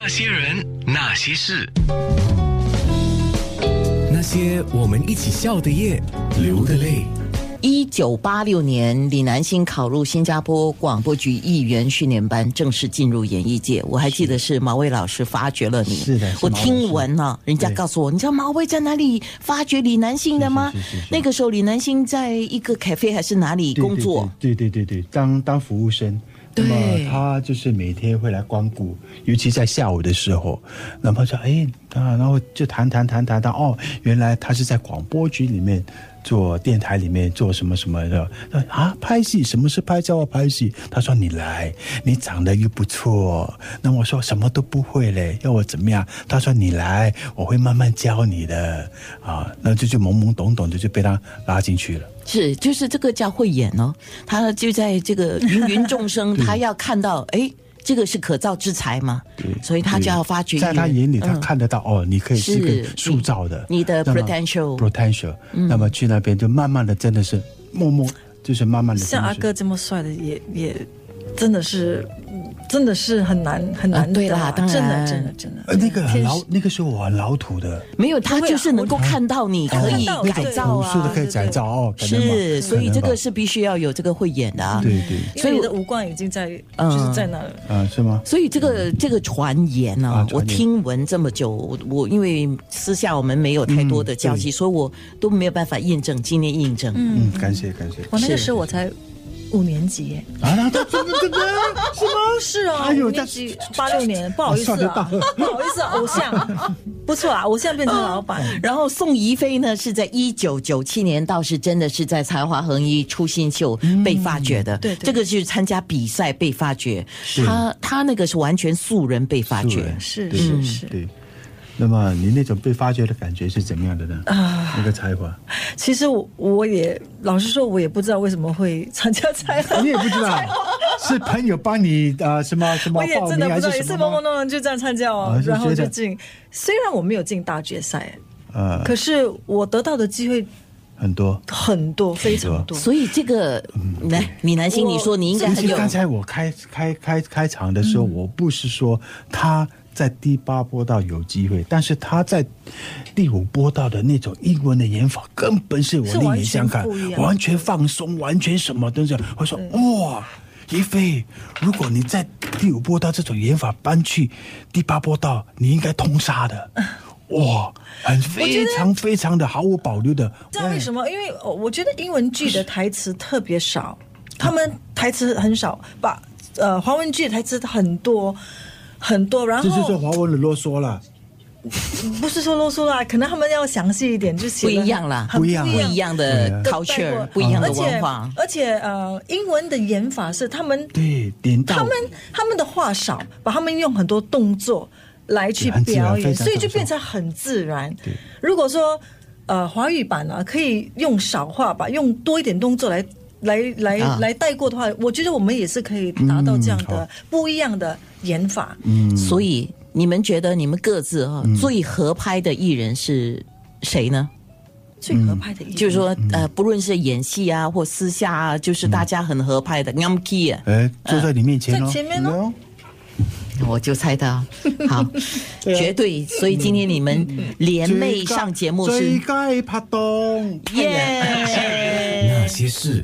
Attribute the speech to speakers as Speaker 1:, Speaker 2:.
Speaker 1: 那些人，那些事，
Speaker 2: 那些我们一起笑的夜，流的泪。
Speaker 3: 一九八六年，李南星考入新加坡广播局艺员训练班，正式进入演艺界。我还记得是毛卫老师发掘了你，
Speaker 4: 是的是
Speaker 3: 我
Speaker 4: 毛老
Speaker 3: 听
Speaker 4: 师
Speaker 3: 闻呢、人家
Speaker 4: 对
Speaker 3: 告诉我，你知道毛卫在哪里发掘李南星的吗？
Speaker 4: 是是是是是
Speaker 3: 那个时候，李南星在一个 cafe 还是哪里
Speaker 4: 对
Speaker 3: 工作？，
Speaker 4: 对对对对，对当当服务生。那
Speaker 3: 对
Speaker 4: 么他就是每天会来光顾，尤其在下午的时候，然后就哎啊，然后就谈谈谈谈谈，哦，原来他是在广播局里面做电台里面做什么什么的啊，拍戏，什么是拍照啊？拍戏，他说你来，你长得又不错，那我说什么都不会嘞，要我怎么样？他说你来，我会慢慢教你的啊，那就就懵懵懂懂的就被他拉进去了。
Speaker 3: 是，就是这个叫慧眼哦，他就在这个芸芸众 生，他要看到，哎，这个是可造之才嘛，所以他就要发掘艺人。
Speaker 4: 在他眼里，他
Speaker 3: 嗯
Speaker 4: 看得到、哦，你可以是
Speaker 3: 是
Speaker 4: 个塑造的，
Speaker 3: 你你的
Speaker 4: 那么
Speaker 3: potential 嗯
Speaker 4: potential，、那么去那边就慢慢的，真的是默默，嗯就是慢慢的，
Speaker 5: 像阿啊哥这么帅的也也真的是，嗯真的是很难很难、
Speaker 3: 啊对啦当然
Speaker 5: 真的真的真的。
Speaker 4: 呃，那个很
Speaker 5: 天
Speaker 4: 老
Speaker 5: 使，
Speaker 4: 那个时候我很老土的，哦
Speaker 3: 没有，他
Speaker 5: 会啊
Speaker 3: 就是能够看到你可以
Speaker 5: 哦看到
Speaker 3: 改造
Speaker 4: 朴素
Speaker 3: 啊
Speaker 4: 的，可以改造哦，可能吧
Speaker 3: 是，所以这
Speaker 4: 可能
Speaker 3: 个
Speaker 4: 吧
Speaker 3: 是必须要有这个慧眼的啊。
Speaker 4: 对对，
Speaker 5: 所以你的五官已经在、
Speaker 3: 嗯
Speaker 5: 就是在那了。
Speaker 4: 啊、是吗？
Speaker 3: 所以这个这个传言呢、
Speaker 4: 啊传言
Speaker 3: 我听闻这么久，我我因为私下我们没有太多的交集，
Speaker 4: 嗯对
Speaker 3: 所以我都没有办法验证，今天验证。
Speaker 4: 嗯，感谢感谢
Speaker 5: 我那个
Speaker 3: 是
Speaker 5: 时候我才五年级耶，
Speaker 4: 啊，那他真的真的是吗？
Speaker 5: 是啊，
Speaker 4: 哎呦
Speaker 5: 五年级八六年，不好意思
Speaker 4: 算得
Speaker 5: 啊
Speaker 4: 到，
Speaker 5: 不好意思、啊，偶像，不错啊，偶像变成老板，
Speaker 3: 然后宋怡菲呢，是在一九九七年，倒是真的是在才华横溢出新秀
Speaker 4: 嗯
Speaker 3: 被发掘的。
Speaker 5: 对对
Speaker 3: 这个是参加比赛被发掘，他他那个是完全素人被发
Speaker 4: 素
Speaker 3: 掘
Speaker 4: 人。
Speaker 5: 是
Speaker 4: 对
Speaker 5: 是
Speaker 4: 对
Speaker 5: 是。
Speaker 4: 对。那么你那种被发掘的感觉是怎么样的呢？
Speaker 3: 啊
Speaker 4: 那个才华，
Speaker 5: 其实我我也老实说，我也不知道为什么会参加才华
Speaker 4: 你也不知道，啊是朋友帮你啊、什么什么
Speaker 5: 我也
Speaker 4: 报
Speaker 5: 真的
Speaker 4: 名还
Speaker 5: 不知道，
Speaker 4: 是
Speaker 5: 也
Speaker 4: 什
Speaker 5: 是
Speaker 4: 么
Speaker 5: 懵懵
Speaker 4: 吗？
Speaker 5: 懂懂就这样参加
Speaker 4: 啊
Speaker 5: 哦
Speaker 4: 就，觉得
Speaker 5: 然后就进。虽然我没有进大决赛，
Speaker 4: 呃，
Speaker 5: 可是我得到的机会
Speaker 4: 很多。
Speaker 5: 很多，非常多。
Speaker 3: 所以这个，
Speaker 4: 嗯
Speaker 3: 来，李南星，
Speaker 5: 我
Speaker 3: 你说你应该
Speaker 4: 其
Speaker 3: 很
Speaker 4: 实
Speaker 3: 有。
Speaker 4: 刚才我开开开开场的时候，我不是说他在第八波道有机会，但是他在第五波道的那种英文的演法，根本是我
Speaker 5: 是
Speaker 4: 另
Speaker 5: 完
Speaker 4: 眼
Speaker 5: 全
Speaker 4: 相看
Speaker 5: 不一，样
Speaker 4: 完全放松，完全什么都是。我说哇，一菲，如果你在第五波道这种演法搬去第八波道，你应该通杀 的。哇，很非常非常的毫无保留的，哎
Speaker 5: 知道为什
Speaker 4: 么？
Speaker 5: 么？因为呃我觉得英文剧的台词特别少，他们台词很少，把呃华文剧的台词很多很多，然
Speaker 4: 这就
Speaker 5: 后
Speaker 4: 是华文的啰嗦了。
Speaker 5: 不是说啰嗦啦，可能他们要详细一点，就写
Speaker 3: 不
Speaker 5: 得
Speaker 3: 一样啦，
Speaker 5: 很
Speaker 4: 不一样
Speaker 3: 不一样的
Speaker 4: 对啊
Speaker 5: 带过
Speaker 3: culture，不一样的文化。
Speaker 5: 而且而且呃，英文的演法是他们
Speaker 4: 对，点到
Speaker 5: 他们他们的话少，把他们用很多动作来去
Speaker 4: 很自然
Speaker 5: 表演，
Speaker 4: 非常
Speaker 5: 所以
Speaker 4: 放
Speaker 5: 就
Speaker 4: 松
Speaker 5: 变成很自然。如果说呃华语版呢、可以用少话吧，用多一点动作来来来、
Speaker 3: 啊
Speaker 5: 来带过的话，我觉得我们也是可以达到这样的、
Speaker 4: 嗯好嗯
Speaker 5: 不一样的演法。
Speaker 3: 所以你们觉得你们各自哈、最合拍的艺人是谁呢？
Speaker 5: 最合拍的一、
Speaker 3: 就是说，呃，不论是演戏啊，或私下啊，就是大家很合拍的。m key，、啊、
Speaker 4: 哎，坐在你面前哦，
Speaker 5: 在前面哦
Speaker 3: 我就猜到，好，绝对。所以今天你们联
Speaker 4: 嗯，
Speaker 3: 袂上节目是
Speaker 4: 最佳拍档，
Speaker 3: 耶。
Speaker 2: 那些事，